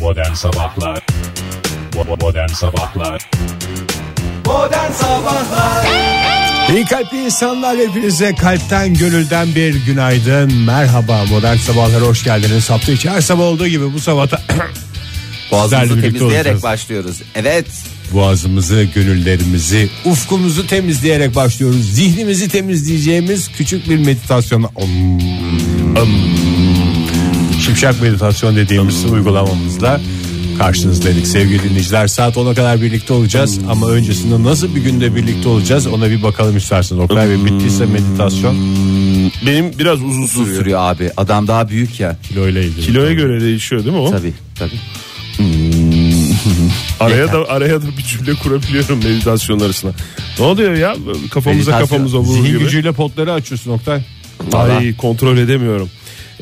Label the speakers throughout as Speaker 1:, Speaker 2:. Speaker 1: Modern Sabahlar Bo- Modern Sabahlar
Speaker 2: Modern Sabahlar
Speaker 3: İyi kalpli insanlar hepinize kalpten gönülden bir günaydın. Merhaba modern sabahlara hoş geldiniz. Hafta içi her sabah olduğu gibi bu sabah da
Speaker 2: Boğazımızı
Speaker 3: birlikte
Speaker 2: temizleyerek
Speaker 3: olacağız.
Speaker 2: başlıyoruz Evet
Speaker 3: boğazımızı, gönüllerimizi, ufkumuzu temizleyerek başlıyoruz. Zihnimizi temizleyeceğimiz küçük bir meditasyon. Om, om. Şipşak meditasyon dediğimiz uygulamamızla karşınızdaydık sevgili dinleyiciler. Saat 10'a kadar birlikte olacağız ama öncesinde nasıl bir günde birlikte olacağız ona bir bakalım isterseniz. Oktay Bey bittiyse meditasyon.
Speaker 4: Benim biraz uzun sürüyor.
Speaker 2: Sürüyor abi adam daha büyük ya
Speaker 3: Kilo ile ilgili.
Speaker 4: Kiloya göre değişiyor değil mi o?
Speaker 2: Tabi tabi
Speaker 4: Araya da araya da bir cümle kurabiliyorum meditasyon arasında. Ne oluyor ya? Kafamıza
Speaker 2: Meditasyon.
Speaker 4: kafamıza vurur
Speaker 3: Zihin
Speaker 4: gibi.
Speaker 3: gücüyle potları açıyorsun Oktay.
Speaker 4: Ay kontrol edemiyorum.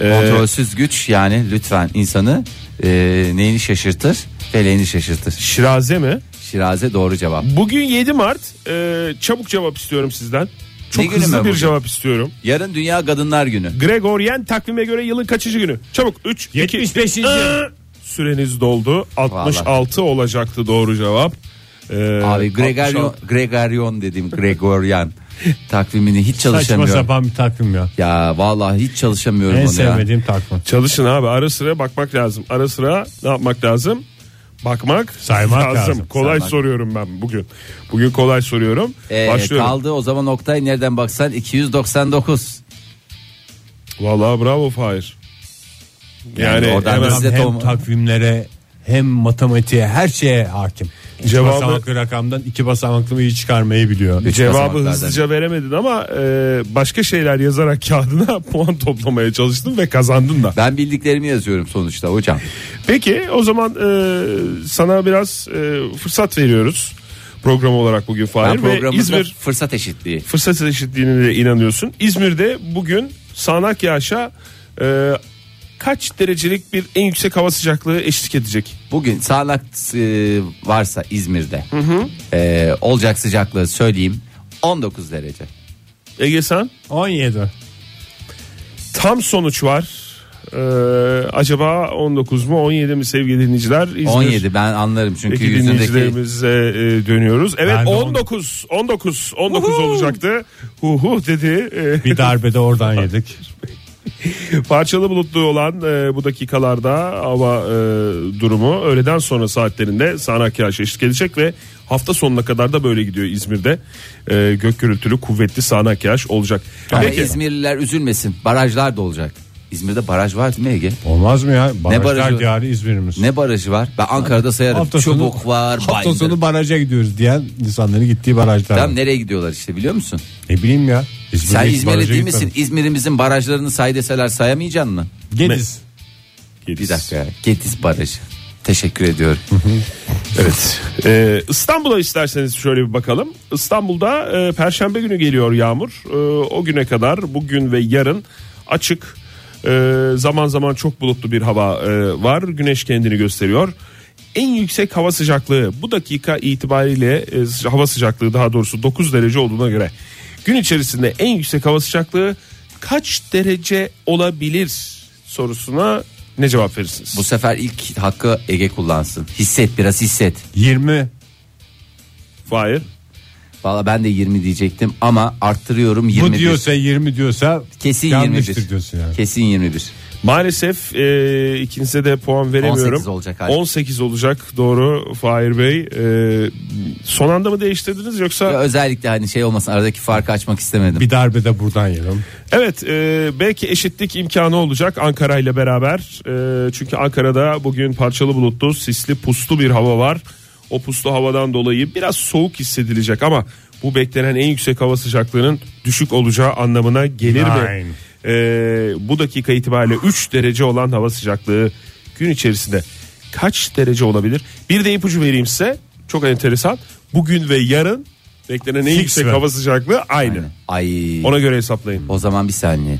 Speaker 4: Ee,
Speaker 2: Kontrolsüz güç yani lütfen insanı e, neyini şaşırtır Feleğini şaşırtır
Speaker 4: Şiraze mi?
Speaker 2: Şiraze doğru cevap
Speaker 4: Bugün 7 Mart. Ee, çabuk cevap istiyorum sizden. Çok
Speaker 2: Ne günü mü
Speaker 4: hızlı bir
Speaker 2: bugün?
Speaker 4: cevap istiyorum.
Speaker 2: Yarın Dünya Kadınlar Günü
Speaker 4: Gregorian takvime göre yılın kaçıncı günü? Çabuk 3
Speaker 3: 75.
Speaker 4: Süreniz doldu. 66 olacaktı doğru cevap. Ee,
Speaker 2: Abi Gregorian,
Speaker 4: 66.
Speaker 2: Gregorian dedim Gregorian Takvimini hiç
Speaker 3: Saçma
Speaker 2: çalışamıyorum
Speaker 3: sapan bir takvim ya.
Speaker 2: Ya vallahi hiç çalışamıyorum
Speaker 3: En
Speaker 2: onu ya
Speaker 3: sevmediğim takvim.
Speaker 4: Çalışın abi ara sıra bakmak lazım. Ara sıra ne yapmak lazım? Bakmak,
Speaker 3: Saymak lazım.
Speaker 4: Kolay
Speaker 2: Saymak.
Speaker 4: soruyorum ben bugün. Bugün kolay soruyorum.
Speaker 2: Ee,
Speaker 4: Başlıyorum.
Speaker 2: kaldı o zaman Oktay nereden baksan 299.
Speaker 4: Vallahi bravo Fahir. Yani,
Speaker 2: Yani oradan
Speaker 4: hemen
Speaker 2: biz de
Speaker 3: Hem
Speaker 2: Tom-
Speaker 3: takvimlere hem matematiğe her şeye hakim. İki
Speaker 4: Cevabı-
Speaker 3: basamaklı rakamdan iki basamaklı mıyı çıkarmayı biliyor.
Speaker 2: Üç
Speaker 4: cevabı
Speaker 2: basamaklardan.
Speaker 4: hızlıca veremedin ama e, başka şeyler yazarak kağıdına puan toplamaya çalıştın ve kazandın da.
Speaker 2: Ben bildiklerimi yazıyorum sonuçta hocam.
Speaker 4: Peki o zaman e, sana biraz e, fırsat veriyoruz program olarak bugün
Speaker 2: Ben
Speaker 4: Fahir ve
Speaker 2: programımızda
Speaker 4: İzmir
Speaker 2: fırsat eşitliği.
Speaker 4: fırsat eşitliğine de inanıyorsun. İzmir'de bugün sağanak yağışa e, kaç derecelik bir en yüksek hava sıcaklığı eşlik edecek?
Speaker 2: Bugün sağanak e, varsa İzmir'de e, olacak sıcaklığı söyleyeyim 19 derece.
Speaker 4: Ege sen?
Speaker 3: 17.
Speaker 4: Tam sonuç var. E, acaba 19 mu 17 mi sevgili dinleyiciler? İzmir
Speaker 2: 17 ben anlarım çünkü
Speaker 4: Peki
Speaker 2: yüzündeki
Speaker 4: dinleyicilerimize e, dönüyoruz. Evet
Speaker 3: Ben de
Speaker 4: 19 19 19 olacaktı. Hu hu dedi. E,
Speaker 3: Bir darbede oradan yedik.
Speaker 4: Parçalı bulutlu olan e, bu dakikalarda hava e, durumu öğleden sonra saatlerinde sağanak yağış eşlik edecek ve hafta sonuna kadar da böyle gidiyor İzmir'de. E, gök gürültülü kuvvetli sağanak yağış olacak.
Speaker 2: Ama
Speaker 4: Peki.
Speaker 2: İzmirliler üzülmesin barajlar da olacak. İzmir'de baraj var değil mi Ege?
Speaker 3: Olmaz mı ya? Barajlar
Speaker 2: barajı?
Speaker 3: diyarı İzmir'imiz.
Speaker 2: Ne barajı var? Ben Ankara'da sayarım.
Speaker 3: Hafta sonu-
Speaker 2: Çubuk var,
Speaker 3: Hafta
Speaker 2: Bayındır.
Speaker 3: sonu baraja gidiyoruz diyen insanların gittiği barajlar.
Speaker 2: Tam
Speaker 3: var.
Speaker 2: nereye gidiyorlar işte biliyor musun?
Speaker 3: Ne bileyim ya. İzmir'de
Speaker 2: Sen
Speaker 3: hiç
Speaker 2: İzmirli
Speaker 3: baraja
Speaker 2: değil misin?
Speaker 3: gitmedim.
Speaker 2: İzmir'imizin barajlarını say deseler sayamayacaksın mı?
Speaker 3: Gediz.
Speaker 2: Bir dakika ya. Gediz Barajı. Teşekkür ediyorum.
Speaker 4: Evet. E, İstanbul'a isterseniz şöyle bir bakalım. İstanbul'da e, Perşembe günü geliyor yağmur. E, o güne kadar bugün ve yarın açık e, zaman zaman çok bulutlu bir hava e, var. Güneş kendini gösteriyor. En yüksek hava sıcaklığı bu dakika itibariyle e, sıca- hava sıcaklığı daha doğrusu 9 derece olduğuna göre gün içerisinde en yüksek hava sıcaklığı kaç derece olabilir sorusuna ne cevap verirsiniz?
Speaker 2: Bu sefer ilk hakkı Ege kullansın. Hisset biraz hisset.
Speaker 3: 20.
Speaker 4: Fahir.
Speaker 2: Valla ben de 20 diyecektim ama arttırıyorum
Speaker 3: Bu
Speaker 2: 21.
Speaker 3: diyorsa 20 diyorsa
Speaker 2: Kesin
Speaker 3: yanlıştır
Speaker 2: 21.
Speaker 3: diyorsun yani.
Speaker 2: Kesin 21.
Speaker 4: Maalesef e, ikinize de puan veremiyorum.
Speaker 2: 18 olacak hali.
Speaker 4: 18 olacak doğru Fahir Bey. E, son anda mı değiştirdiniz yoksa?
Speaker 2: Ve özellikle hani şey olmasın aradaki farkı açmak istemedim.
Speaker 3: Bir darbede buradan yedim.
Speaker 4: Evet e, belki eşitlik imkanı olacak Ankara ile beraber. E, çünkü Ankara'da bugün parçalı bulutlu, sisli, puslu bir hava var. O puslu havadan dolayı biraz soğuk hissedilecek ama bu beklenen en yüksek hava sıcaklığının düşük olacağı anlamına gelir mi?
Speaker 3: Nein.
Speaker 4: E, bu dakika itibariyle 3 derece olan hava sıcaklığı gün içerisinde kaç derece olabilir? Bir de ipucu vereyim size. Çok enteresan. Bugün ve yarın beklenen en
Speaker 3: Fix
Speaker 4: yüksek
Speaker 3: ver.
Speaker 4: hava sıcaklığı aynı.
Speaker 2: Ay.
Speaker 4: Ona göre hesaplayın.
Speaker 2: O zaman bir saniye.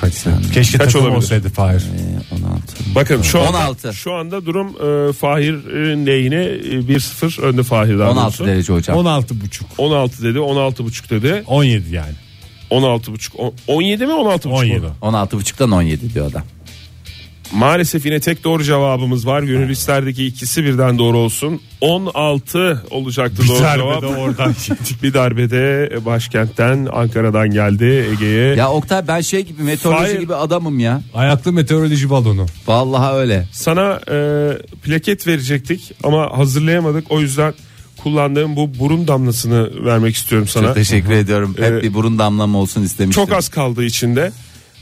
Speaker 3: Kaç Keşke
Speaker 4: Kaç
Speaker 3: takım
Speaker 4: olabilir?
Speaker 3: olsaydı Fahir.
Speaker 2: Ee, 16.
Speaker 4: Bakın şu anda,
Speaker 2: 16.
Speaker 4: şu anda durum e, Fahir'in lehine e, 1-0 önde Fahir daha
Speaker 2: 16
Speaker 4: doğrusu.
Speaker 2: derece hocam.
Speaker 3: 16 buçuk.
Speaker 4: 16 dedi 16.5 dedi
Speaker 3: 17 yani.
Speaker 4: 16.5 on- 17 mi 16.5 mu?
Speaker 3: 17.
Speaker 2: 16 buçuktan 17 diyor adam.
Speaker 4: Maalesef yine tek doğru cevabımız var. Gönül isterdi ki ikisi birden doğru olsun. 16 olacaktı doğru cevap.
Speaker 3: oradan.
Speaker 4: Bir darbede başkentten Ankara'dan geldi Ege'ye.
Speaker 2: Ya Oktay ben şey gibi meteoroloji
Speaker 4: E- Hayır.
Speaker 2: gibi adamım ya.
Speaker 3: Ayaklı meteoroloji balonu.
Speaker 2: Vallahi öyle.
Speaker 4: Sana e, plaket verecektik ama hazırlayamadık. O yüzden kullandığım bu burun damlasını vermek istiyorum sana.
Speaker 2: Çok teşekkür ediyorum. Hep
Speaker 4: Ee,
Speaker 2: bir burun damlam olsun istemiştim.
Speaker 4: Çok az kaldığı içinde.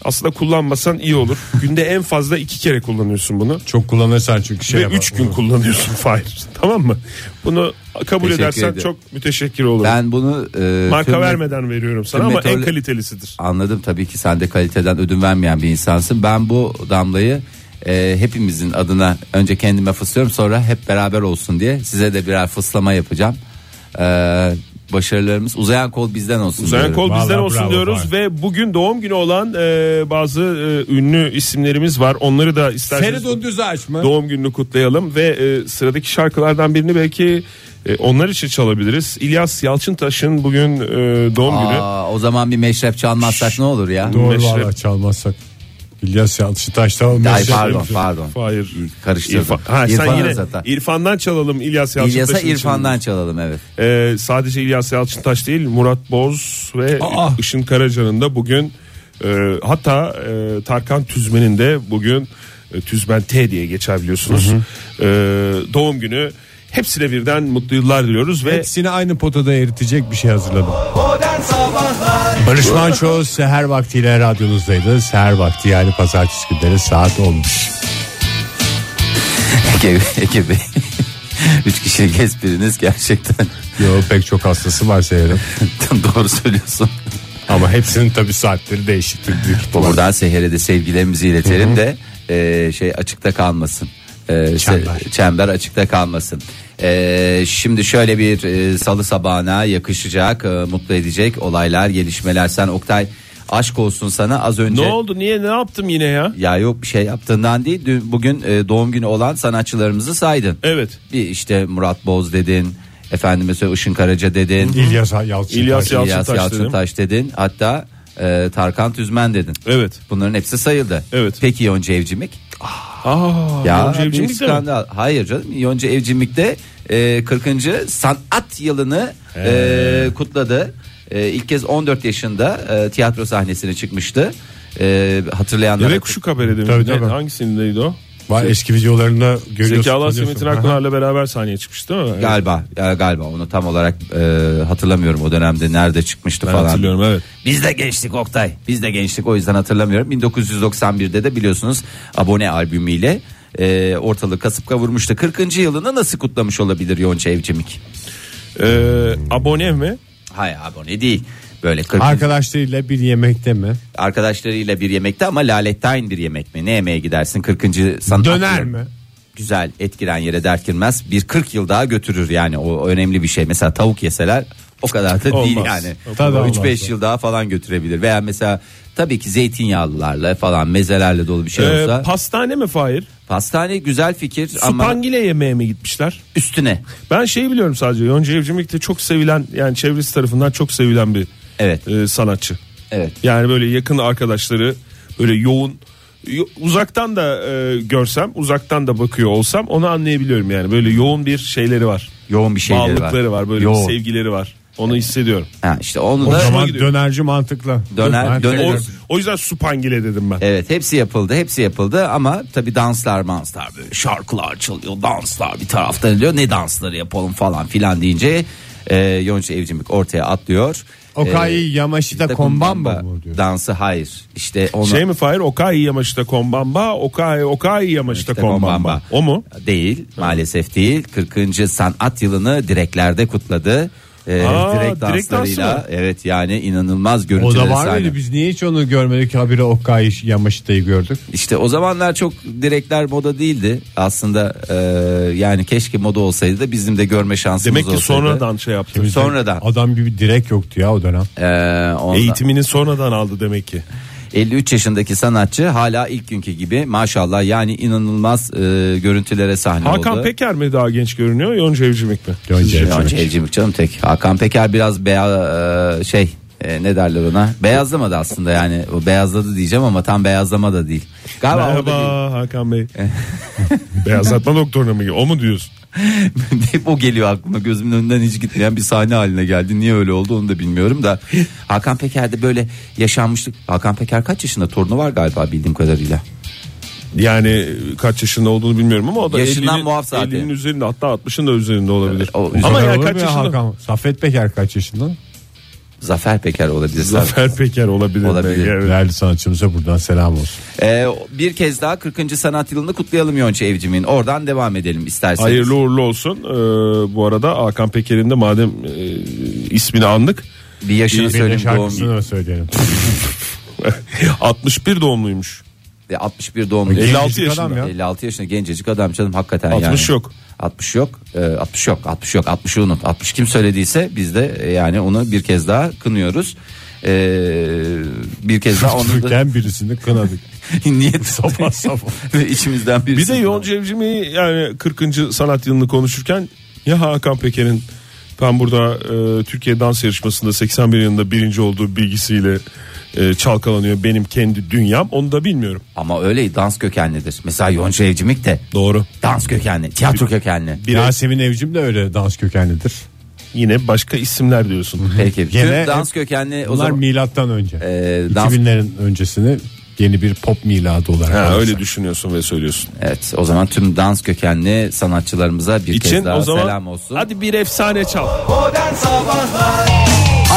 Speaker 4: Aslında kullanmasan iyi olur. Günde en fazla iki kere kullanıyorsun bunu.
Speaker 3: Çok kullanırsan çünkü şey
Speaker 4: Ve
Speaker 3: yapar.
Speaker 4: üç gün kullanıyorsun Fahir. Tamam mı? Bunu kabul
Speaker 2: Teşekkür
Speaker 4: edersen
Speaker 2: ederim.
Speaker 4: çok müteşekkir olurum.
Speaker 2: Ben bunu e,
Speaker 4: Marka
Speaker 2: tüm-
Speaker 4: vermeden veriyorum sana
Speaker 2: tüm
Speaker 4: ama en
Speaker 2: meteorolo-
Speaker 4: kalitelisidir.
Speaker 2: Anladım tabii ki sen de kaliteden ödün vermeyen bir insansın. Ben bu damlayı e, hepimizin adına önce kendime fıslıyorum sonra hep beraber olsun diye size de birer fıslama yapacağım. E, başarılarımız uzayan kol bizden olsun.
Speaker 4: Uzayan
Speaker 2: diyorum.
Speaker 4: kol
Speaker 3: Ee, Vallahi
Speaker 4: bizden olsun
Speaker 3: bravo,
Speaker 4: diyoruz
Speaker 3: Fahir.
Speaker 4: ve bugün doğum günü olan e, bazı e, ünlü isimlerimiz var. Onları da isterseniz
Speaker 3: Seni donduzu açma.
Speaker 4: doğum gününü kutlayalım ve e, sıradaki şarkılardan birini belki e, onlar için çalabiliriz. İlyas Yalçıntaş'ın bugün e, doğum günü.
Speaker 2: Aa, o zaman bir meşrep çalmazsak ne olur ya?
Speaker 3: Doğru
Speaker 4: Meşrep.
Speaker 3: valla çalmazsak. İlyas Yalçıntaş da olmaz.
Speaker 2: Ay pardon pardon.
Speaker 4: Hayır.
Speaker 2: Karıştırdım.
Speaker 4: İrfan, ha, sen
Speaker 2: İrfan
Speaker 4: yine
Speaker 2: Özata.
Speaker 4: İrfan'dan çalalım İlyas Yalçıntaş'ın
Speaker 2: İlyas'a
Speaker 4: için.
Speaker 2: İrfan'dan çalalım evet.
Speaker 4: Ee, sadece İlyas Yalçıntaş değil Murat Boz ve
Speaker 3: Aa!
Speaker 4: Işın Karaca'nın da bugün e, hatta e, Tarkan Tüzmen'in de bugün e, Tüzmen T diye geçer biliyorsunuz. E, doğum günü hepsine birden mutlu yıllar diliyoruz ve
Speaker 3: Hepsini aynı potada eritecek bir şey hazırladım. Barış Manço seher vaktiyle radyonuzdaydı. Seher vakti yani pazartesi günleri saat olmuş.
Speaker 2: Ege, Ege Bey. Üç kişilik espriniz gerçekten
Speaker 3: Yo pek çok hastası var seherin.
Speaker 2: doğru söylüyorsun.
Speaker 3: Ama hepsinin tabii saatleri değişiktir. büyük ihtimalle.
Speaker 2: Buradan Seher'e de sevgilerimizi iletelim de e, şey açıkta kalmasın. E, se-
Speaker 3: Çember.
Speaker 2: çember açıkta kalmasın. E, şimdi şöyle bir e, salı sabahına yakışacak, e, mutlu edecek olaylar, gelişmeler. Sen Oktay aşk olsun sana az önce.
Speaker 4: ne oldu niye ne yaptım yine ya?
Speaker 2: Ya yok bir şey yaptığından değil. Dün, bugün e, doğum günü olan sanatçılarımızı saydın.
Speaker 4: Evet
Speaker 2: Bir işte Murat Boz dedin. Efendime söyle Işın Karaca dedin.
Speaker 3: İlyas Yalçıntaş.
Speaker 4: İlyas Yal-
Speaker 2: İlyas
Speaker 4: Yalçıntaş dedim. E-
Speaker 2: Yalçıntaş dedin. Hatta e, Tarkan Tüzmen dedin.
Speaker 4: evet.
Speaker 2: Bunların hepsi sayıldı.
Speaker 4: Evet.
Speaker 2: Peki Yonca Evcimik?
Speaker 4: Aa,
Speaker 2: Ya
Speaker 4: Yonca
Speaker 2: büyük
Speaker 4: Evcimik de mi?
Speaker 2: skandal. Hayır canım Yonca Evcimik de e, 40. sanat yılını e, kutladı. E, ilk kez 14 yaşında e, tiyatro sahnesine çıkmıştı. E, hatırlayanlar
Speaker 4: Bebek kuşu haberi demiş.
Speaker 3: Tabii, tabii.
Speaker 4: Ne- Hangisindeydi o?
Speaker 3: Var eski videolarında görüyorsun.
Speaker 4: Zeki Alasya
Speaker 3: tanıyorsun.
Speaker 4: Metin Akpınar'la beraber sahneye çıkmış değil mi? Evet.
Speaker 2: galiba ya galiba onu tam olarak e, hatırlamıyorum o dönemde nerede çıkmıştı
Speaker 4: Ben
Speaker 2: falan.
Speaker 4: hatırlıyorum evet.
Speaker 2: Biz de gençlik Oktay. Biz de gençlik o yüzden hatırlamıyorum. 1991'de de biliyorsunuz abone albümüyle e, ortalığı kasıp kavurmuştu. 40. yılını nasıl kutlamış olabilir Yonca Evcimik?
Speaker 4: Ee, abone mi?
Speaker 2: Hayır abone değil. Böyle 40.
Speaker 3: Arkadaşlarıyla bir yemekte mi?
Speaker 2: arkadaşlarıyla bir yemekte ama lalettayn bir yemek mi? Ne yemeğe gidersin 40. sanat
Speaker 3: Döner
Speaker 2: yılı.
Speaker 3: mi?
Speaker 2: Güzel etkiren yere dert girmez. Bir 40 yıl daha götürür yani o önemli bir şey. Mesela tavuk yeseler o kadar da değil
Speaker 4: Olmaz.
Speaker 2: yani.
Speaker 4: O
Speaker 3: kadar olmaz.
Speaker 2: 3-5 yıl daha falan götürebilir. Veya mesela tabii ki zeytinyağlılarla falan mezelerle dolu bir şey
Speaker 4: Ee,
Speaker 2: olsa.
Speaker 4: pastane mi Fahir?
Speaker 2: Pastane güzel fikir ama
Speaker 4: Supangile yemeğe mi gitmişler?
Speaker 2: üstüne.
Speaker 4: Ben şeyi biliyorum sadece Yonca Evcimik de çok sevilen yani çevresi tarafından çok sevilen bir
Speaker 2: Evet.
Speaker 4: e, sanatçı.
Speaker 2: Evet.
Speaker 4: Yani böyle yakın arkadaşları böyle yoğun yo- uzaktan da e, görsem uzaktan da bakıyor olsam onu anlayabiliyorum yani böyle yoğun bir şeyleri var.
Speaker 2: Yoğun bir şeyleri var.
Speaker 4: Bağlılıkları var, böyle
Speaker 2: Yoğun.
Speaker 4: bir sevgileri var. Onu hissediyorum.
Speaker 2: Ha, işte onu
Speaker 3: O
Speaker 2: da
Speaker 3: zaman
Speaker 4: gidiyor.
Speaker 3: dönerci mantıklı.
Speaker 2: Döner- döner-
Speaker 4: O,
Speaker 2: Evet.
Speaker 4: o yüzden supangile dedim ben.
Speaker 2: Evet hepsi yapıldı hepsi yapıldı ama tabi danslar manslar böyle şarkılar çalıyor danslar bir taraftan ediliyor ne dansları yapalım falan filan deyince e, Yonca Evcimik ortaya atlıyor.
Speaker 3: Okai
Speaker 2: E,
Speaker 3: Yamashita Kombamba mı diyor?
Speaker 2: Dansı hayır işte ona
Speaker 4: Şey mi Fahir? Okai Yamaşita Kombamba, Okai Okai Yamaşita
Speaker 2: İşte Kombamba.
Speaker 4: Kombamba. O mu?
Speaker 2: değil maalesef değil 40. sanat yılını direklerde kutladı. E,
Speaker 4: Aa,
Speaker 2: direkt
Speaker 4: direkt dansı
Speaker 2: danslarıyla
Speaker 4: mı?
Speaker 2: evet yani inanılmaz
Speaker 3: O
Speaker 2: görüntüler
Speaker 3: da var mıydı? Biz niye hiç onu görmedik? Habire Okai Yamashita'yı gördük.
Speaker 2: İşte o zamanlar çok direkler moda değildi. Aslında e, yani keşke moda olsaydı da bizim de görme şansımız
Speaker 4: Demek ki
Speaker 2: olsaydı.
Speaker 4: sonradan şey yaptı.
Speaker 3: Bizde
Speaker 2: Sonradan.
Speaker 3: Adam gibi direkt yoktu ya o dönem.
Speaker 2: E, ondan-
Speaker 4: Eğitimini sonradan aldı demek ki.
Speaker 2: 53 yaşındaki sanatçı hala ilk günkü gibi maşallah yani inanılmaz e, görüntülere sahne oldu.
Speaker 4: Hakan Peker mi daha genç
Speaker 2: Ee,
Speaker 4: görünüyor Yonca Evcimik mi?
Speaker 3: Yonca
Speaker 2: Yonca
Speaker 3: Evcimik.
Speaker 2: Evcimik canım tek. Hakan Peker biraz beya e, şey e, ne derler ona beyazlamadı aslında yani o beyazladı diyeceğim ama tam beyazlama da değil. Galiba orada değil. Eh.
Speaker 4: Merhaba Hakan Bey. Beyazlatma doktoruna mı? O mu diyorsun?
Speaker 2: Hep o geliyor aklıma gözümün önünden hiç gitmeyen bir sahne haline geldi. Niye öyle oldu onu da bilmiyorum da. Hakan Peker'de böyle yaşanmışlık. Hakan Peker kaç yaşında torunu var galiba bildiğim kadarıyla.
Speaker 4: Yani kaç yaşında olduğunu bilmiyorum ama o da
Speaker 2: Yaşından
Speaker 4: 50'nin
Speaker 2: muaf zaten.
Speaker 4: 50'nin üzerinde hatta 60'ın da üzerinde olabilir.
Speaker 2: O-
Speaker 4: ama
Speaker 3: Zafer
Speaker 4: ya
Speaker 3: olur
Speaker 4: kaç
Speaker 3: mu
Speaker 4: yaşında?
Speaker 3: Hakan? Safet Peker kaç yaşında?
Speaker 2: Zafer Peker olabilir.
Speaker 4: Zafer Peker olabilir.
Speaker 2: Olabilir.
Speaker 4: belki, evet.
Speaker 3: Değerli sanatçımıza buradan selam olsun.
Speaker 2: Ee, bir kez daha 40. sanat yılını kutlayalım Yonca Evcim'in. Oradan devam edelim isterseniz.
Speaker 4: Hayırlı uğurlu olsun. Ee, bu arada Hakan Peker'in de madem e, ismini andık.
Speaker 2: Bir yaşını
Speaker 4: Bir-
Speaker 3: Bir de
Speaker 2: söyleyeyim. Doğum,
Speaker 3: şarkısını da söyleyelim.
Speaker 4: 61 doğumluymuş.
Speaker 2: E, 61 doğumlu.
Speaker 4: Gencecik
Speaker 2: 56 yaşında.
Speaker 3: adam ya.
Speaker 2: 56 yaşında gencecik adam canım hakikaten
Speaker 4: 60
Speaker 2: yani.
Speaker 4: yok.
Speaker 2: 60 yok. Ee, 60 yok. 60 yok. 60'ı unut. 60 kim söylediyse biz de e, yani onu bir kez daha kınıyoruz. Ee, bir kez daha onu da
Speaker 3: Türken birisini kınadık.
Speaker 2: niyet
Speaker 3: Sabah sabah.
Speaker 2: ve içimizden birisi.
Speaker 4: Bir de Yonca Evcim'i yani 40. sanat yılını konuşurken ya Hakan Peker'in ben burada e, Türkiye Dans Yarışması'nda 81 yılında birinci olduğu bilgisiyle e, çalkalanıyor benim kendi dünyam onu da bilmiyorum.
Speaker 2: Ama öyle dans kökenlidir. Mesela Yonca Evcimik de
Speaker 4: Doğru.
Speaker 2: dans kökenli, tiyatro kökenli.
Speaker 4: Bir
Speaker 3: Yasemin Evcim de öyle dans kökenlidir.
Speaker 4: yine başka isimler diyorsun.
Speaker 2: Peki.
Speaker 3: Gene
Speaker 2: Tüm
Speaker 3: hep-
Speaker 2: dans kökenli o
Speaker 3: Bunlar
Speaker 2: zaman
Speaker 3: milattan önce.
Speaker 2: Ee, dans-
Speaker 3: 2000'lerin öncesini yeni bir pop miladı olarak.
Speaker 4: Ha,
Speaker 3: alırsak.
Speaker 4: öyle düşünüyorsun ve söylüyorsun.
Speaker 2: Evet o zaman tüm dans kökenli sanatçılarımıza bir
Speaker 4: İçin
Speaker 2: kez daha
Speaker 4: o zaman
Speaker 2: selam olsun.
Speaker 4: hadi bir efsane çal.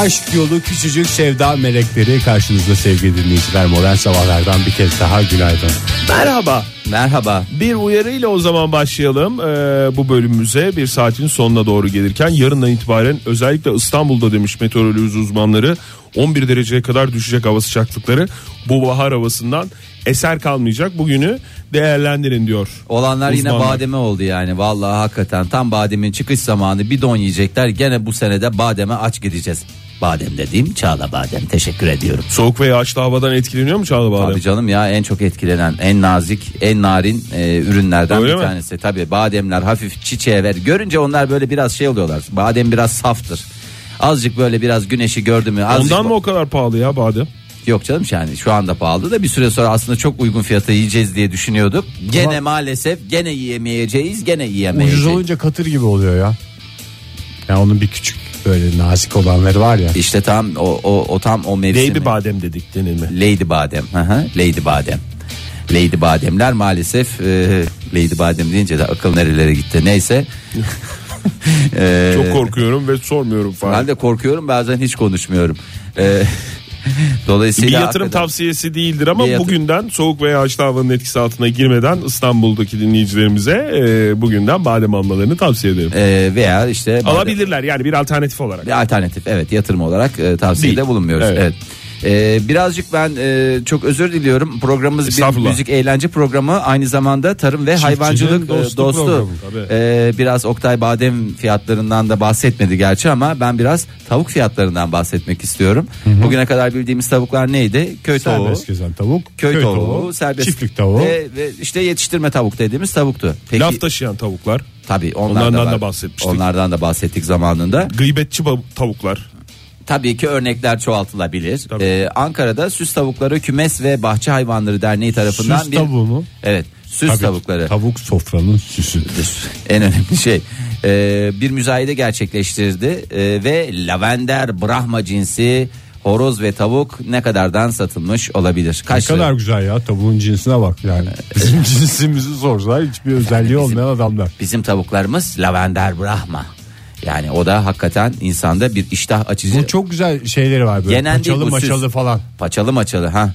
Speaker 3: Aşk yolu küçücük sevda melekleri karşınızda sevgili dinleyiciler modern sabahlardan bir kez daha günaydın.
Speaker 4: Merhaba.
Speaker 2: Merhaba.
Speaker 4: Bir uyarıyla o zaman başlayalım Ee, bu bölümümüze bir saatin sonuna doğru gelirken yarından itibaren özellikle İstanbul'da demiş meteoroloji uzmanları 11 dereceye kadar düşecek hava sıcaklıkları bu bahar havasından eser kalmayacak bugünü değerlendirin diyor.
Speaker 2: Olanlar yine
Speaker 4: uzmanlar.
Speaker 2: bademe oldu yani. Vallahi hakikaten tam bademin çıkış zamanı bir don yiyecekler. Gene bu senede bademe aç gideceğiz. Badem dediğim Çağla Badem. Teşekkür ediyorum.
Speaker 4: Soğuk ve yağışlı havadan etkileniyor mu Çağla Badem?
Speaker 2: Tabii canım ya en çok etkilenen, en nazik, en narin e, ürünlerden
Speaker 4: Öyle
Speaker 2: bir
Speaker 4: mi?
Speaker 2: tanesi. Tabii bademler hafif çiçeğe ver. Görünce onlar böyle biraz şey oluyorlar. Badem biraz saftır. Azıcık böyle biraz güneşi gördü mü? Azıcık
Speaker 4: Ondan mı o kadar pahalı ya badem?
Speaker 2: Yok canım yani şu anda pahalı da bir süre sonra aslında çok uygun fiyata yiyeceğiz diye düşünüyorduk. Gene maalesef gene yiyemeyeceğiz gene
Speaker 3: Ucuz
Speaker 2: yiyemeyeceğiz.
Speaker 3: olunca katır gibi oluyor ya. Ya onun bir küçük böyle nazik olanları var ya.
Speaker 2: İşte tam o, o, o tam o mevsimi.
Speaker 4: Baby badem dedik denir mi?
Speaker 2: Lady badem. Hı hı, Lady badem. Lady bademler maalesef e, Lady badem deyince de akıl nerelere gitti. Neyse. E,
Speaker 4: Çok korkuyorum ve sormuyorum falan.
Speaker 2: ben de korkuyorum bazen hiç konuşmuyorum. E, dolayısıyla
Speaker 4: Bir yatırım
Speaker 2: hakikaten-
Speaker 4: tavsiyesi değildir ama
Speaker 2: Bir yatırım.
Speaker 4: bugünden soğuk ve yağışlı havanın etkisi altına girmeden İstanbul'daki dinleyicilerimize e, bugünden badem almalarını tavsiye ederim.
Speaker 2: E, veya işte badem-
Speaker 4: Alabilirler yani bir alternatif olarak.
Speaker 2: bir alternatif evet yatırım olarak e, tavsiyede
Speaker 4: Değil.
Speaker 2: bulunmuyoruz. Evet.
Speaker 4: Evet.
Speaker 2: E, birazcık ben e, çok özür diliyorum. Programımız bir
Speaker 4: Estağfurullah.
Speaker 2: müzik eğlence programı aynı zamanda tarım ve hayvancılık e,
Speaker 3: dostu
Speaker 2: dostu.
Speaker 3: programı.
Speaker 4: Tabii.
Speaker 2: E, biraz Oktay Badem fiyatlarından da bahsetmedi gerçi ama ben biraz tavuk fiyatlarından bahsetmek istiyorum. Bugüne kadar bildiğimiz tavuklar neydi? Köy tavuğu.
Speaker 3: Serbest gezen tavuk,
Speaker 2: Köy, tavuğu, serbest
Speaker 3: çiftlik tavuğu.
Speaker 2: ve, ve işte yetiştirme tavuk dediğimiz tavuktu. Peki
Speaker 4: Laf taşıyan tavuklar,
Speaker 2: tabii onlar
Speaker 4: onlardan
Speaker 2: var.
Speaker 4: da bahsetmiştik.
Speaker 2: Onlardan da bahsettik zamanında.
Speaker 4: gıybetçi ba- tavuklar.
Speaker 2: Tabii ki örnekler çoğaltılabilir.
Speaker 4: Tabii.
Speaker 2: Ee, Ankara'da Süs Tavukları Kümes ve Bahçe Hayvanları Derneği tarafından
Speaker 3: Süs
Speaker 2: bir
Speaker 3: tavuğu mu?
Speaker 2: Evet, süs
Speaker 3: Tabii,
Speaker 2: tavukları.
Speaker 3: Tavuk sofranın süsüdür.
Speaker 2: en önemli şey. Ee, bir müzayede gerçekleştirdi Ee, ve lavender Brahma cinsi horoz ve tavuk ne kadardan satılmış olabilir?
Speaker 3: Ne
Speaker 2: Kaç lira?
Speaker 3: kadar güzel ya tavuğun cinsine bak yani. Bizim cinsimizi sorsalar hiçbir özelliği olmayan adamlar.
Speaker 2: Bizim tavuklarımız lavender Brahma. Yani o da hakikaten insanda bir iştah açıcı.
Speaker 3: Bu çok güzel şeyleri var böyle.
Speaker 2: Yenen değil
Speaker 3: paçalı
Speaker 2: bu, süs.
Speaker 3: maçalı falan.
Speaker 2: Paçalı maçalı ha.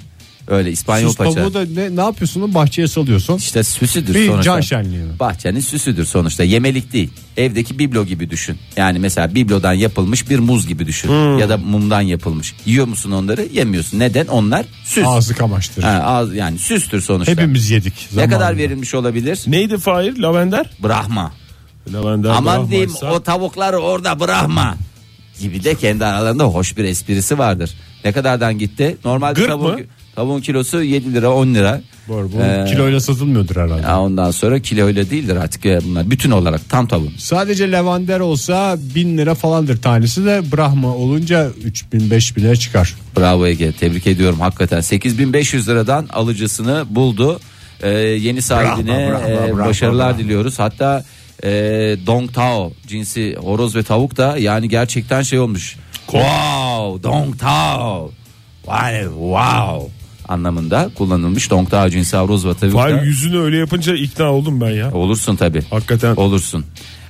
Speaker 2: Öyle İspanyol
Speaker 3: Süs
Speaker 2: paça.
Speaker 3: tavuğu da ne, ne yapıyorsun? Onu Bahçeye salıyorsun.
Speaker 2: İşte süsüdür
Speaker 3: Bir
Speaker 2: sonuçta.
Speaker 3: can şenliği mi?
Speaker 2: Bahçenin süsüdür sonuçta. Yemelik değil. Evdeki biblo gibi düşün. Yani mesela biblodan yapılmış bir muz gibi düşün.
Speaker 3: Hmm.
Speaker 2: Ya da mumdan yapılmış. Yiyor musun onları? Yemiyorsun. Neden? Onlar süs.
Speaker 3: Ağzı kamaştırır.
Speaker 2: Ha, ağız, yani süstür sonuçta.
Speaker 3: Hepimiz yedik.
Speaker 2: ne
Speaker 3: zamanında.
Speaker 2: kadar verilmiş olabilir?
Speaker 4: Neydi Fahir? Lavender?
Speaker 2: Brahma.
Speaker 4: Lavender
Speaker 2: Aman diyeyim
Speaker 4: Brahma'ysa-
Speaker 2: o tavukları orada Brahma. Gibi de kendi aralarında hoş bir esprisi vardır. Ne kadardan gitti? Normal bir
Speaker 4: Gırk
Speaker 2: tavuğun-
Speaker 4: mı?
Speaker 2: Tavuğun kilosu 7 lira 10 lira. Ee,
Speaker 3: Doğru. Bu kiloyla satılmıyordur herhalde.
Speaker 2: Ya ondan sonra kiloyla değildir artık e, bunlar. Bütün olarak tam tavuğun.
Speaker 3: Sadece levander olsa 1000 lira falandır tanesi de Brahma olunca 3000 5000'e çıkar.
Speaker 2: Bravo Ege tebrik ediyorum hakikaten. 8500 liradan alıcısını buldu. Ee, yeni sahibine
Speaker 3: bravo,
Speaker 2: e,
Speaker 3: bravo,
Speaker 2: başarılar diliyoruz. Hatta e, Dong Tao cinsi horoz ve tavuk da yani gerçekten şey olmuş. Wow Dong Tao. Vay, wow anlamında kullanılmış Dong Tao cinsi horoz ve tavuk da.
Speaker 4: Vay yüzünü öyle yapınca ikna oldum ben ya.
Speaker 2: Olursun tabi.
Speaker 4: Hakikaten.
Speaker 2: Olursun.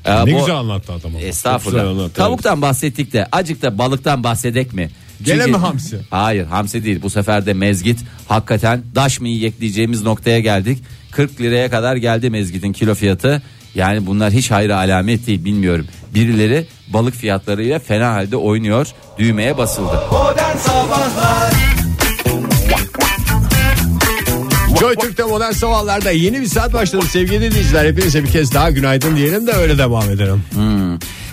Speaker 2: Ee,
Speaker 3: Ne
Speaker 2: bu-
Speaker 3: güzel anlattı adam. ama.
Speaker 2: Estağfurullah.
Speaker 4: Çok güzel anlattı,
Speaker 2: Tavuktan bahsettik de acık da balıktan bahsedek mi?
Speaker 3: Gene mi hamsi?
Speaker 2: Hayır hamsi değil. Bu sefer de mezgit. Hakikaten daş mı yiyecek diyeceğimiz noktaya geldik. 40 liraya kadar geldi mezgitin kilo fiyatı. Yani bunlar hiç hayra alamet değil bilmiyorum. Birileri balık fiyatlarıyla fena halde oynuyor. Düğmeye basıldı.
Speaker 3: Joy Türk'te modern sabahlarda yeni bir saat başladı sevgili dinleyiciler. Hepinize bir kez daha günaydın diyelim de öyle devam edelim.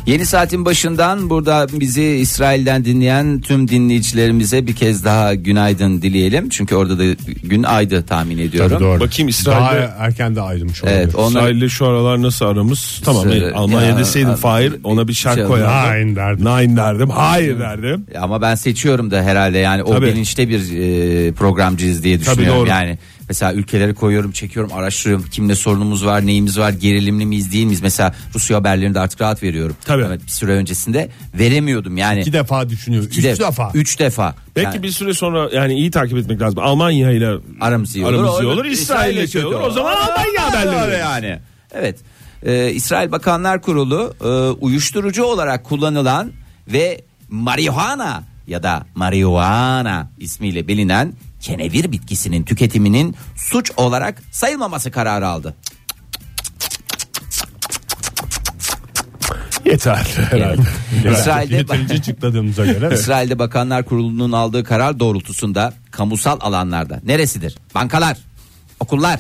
Speaker 2: Yeni saatin başından burada bizi İsrail'den dinleyen tüm dinleyicilerimize bir kez daha günaydın dileyelim. Çünkü orada da gün aydı tahmin ediyorum.
Speaker 4: Bakayım
Speaker 3: Daha
Speaker 4: İsrail'de.
Speaker 3: erken de ayrılmış olabilir.
Speaker 2: Evet, onlar
Speaker 4: İsrail'le şu aralar nasıl aramız? Tamam
Speaker 2: Ee,
Speaker 4: e, Almanya
Speaker 2: ya,
Speaker 4: deseydim
Speaker 2: abi,
Speaker 4: Fahir ona bir
Speaker 2: şey
Speaker 4: şarkı
Speaker 2: olmaz.
Speaker 4: koyardım.
Speaker 3: Nein derdim.
Speaker 4: Nein derdim. Hayır derdim.
Speaker 2: Ama ben seçiyorum da herhalde yani o
Speaker 4: Tabii.
Speaker 2: bilinçte bir e, programcıyız diye düşünüyorum.
Speaker 4: doğru.
Speaker 2: Yani mesela ülkeleri koyuyorum, çekiyorum, araştırıyorum. Kimle sorunumuz var, neyimiz var, gerilimli miyiz, değil miyiz? Mesela Rusya haberlerini de artık rahat veriyorum.
Speaker 4: Tabii.
Speaker 2: Evet, bir süre öncesinde veremiyordum yani.
Speaker 3: İki defa düşünüyor.
Speaker 2: İki
Speaker 3: üç
Speaker 2: de-
Speaker 3: defa.
Speaker 2: Üç defa.
Speaker 4: Belki
Speaker 2: Yani
Speaker 4: bir süre sonra yani iyi takip etmek lazım. Almanya ile
Speaker 2: aramız iyi olur.
Speaker 4: aramız iyi
Speaker 2: O-
Speaker 4: olur. İsrail ile şey olur. O zaman Almanya haberleri.
Speaker 2: yani. Evet. Ee, İsrail Bakanlar Kurulu e, uyuşturucu olarak kullanılan ve marihuana ya da marihuana ismiyle bilinen kenevir bitkisinin tüketiminin suç olarak sayılmaması kararı aldı.
Speaker 4: Yeter herhalde.
Speaker 2: İsrail'de
Speaker 3: Yeterince çıkladığımıza göre.
Speaker 2: İsrail'de Bakanlar Kurulu'nun aldığı karar doğrultusunda kamusal alanlarda neresidir? Bankalar, okullar,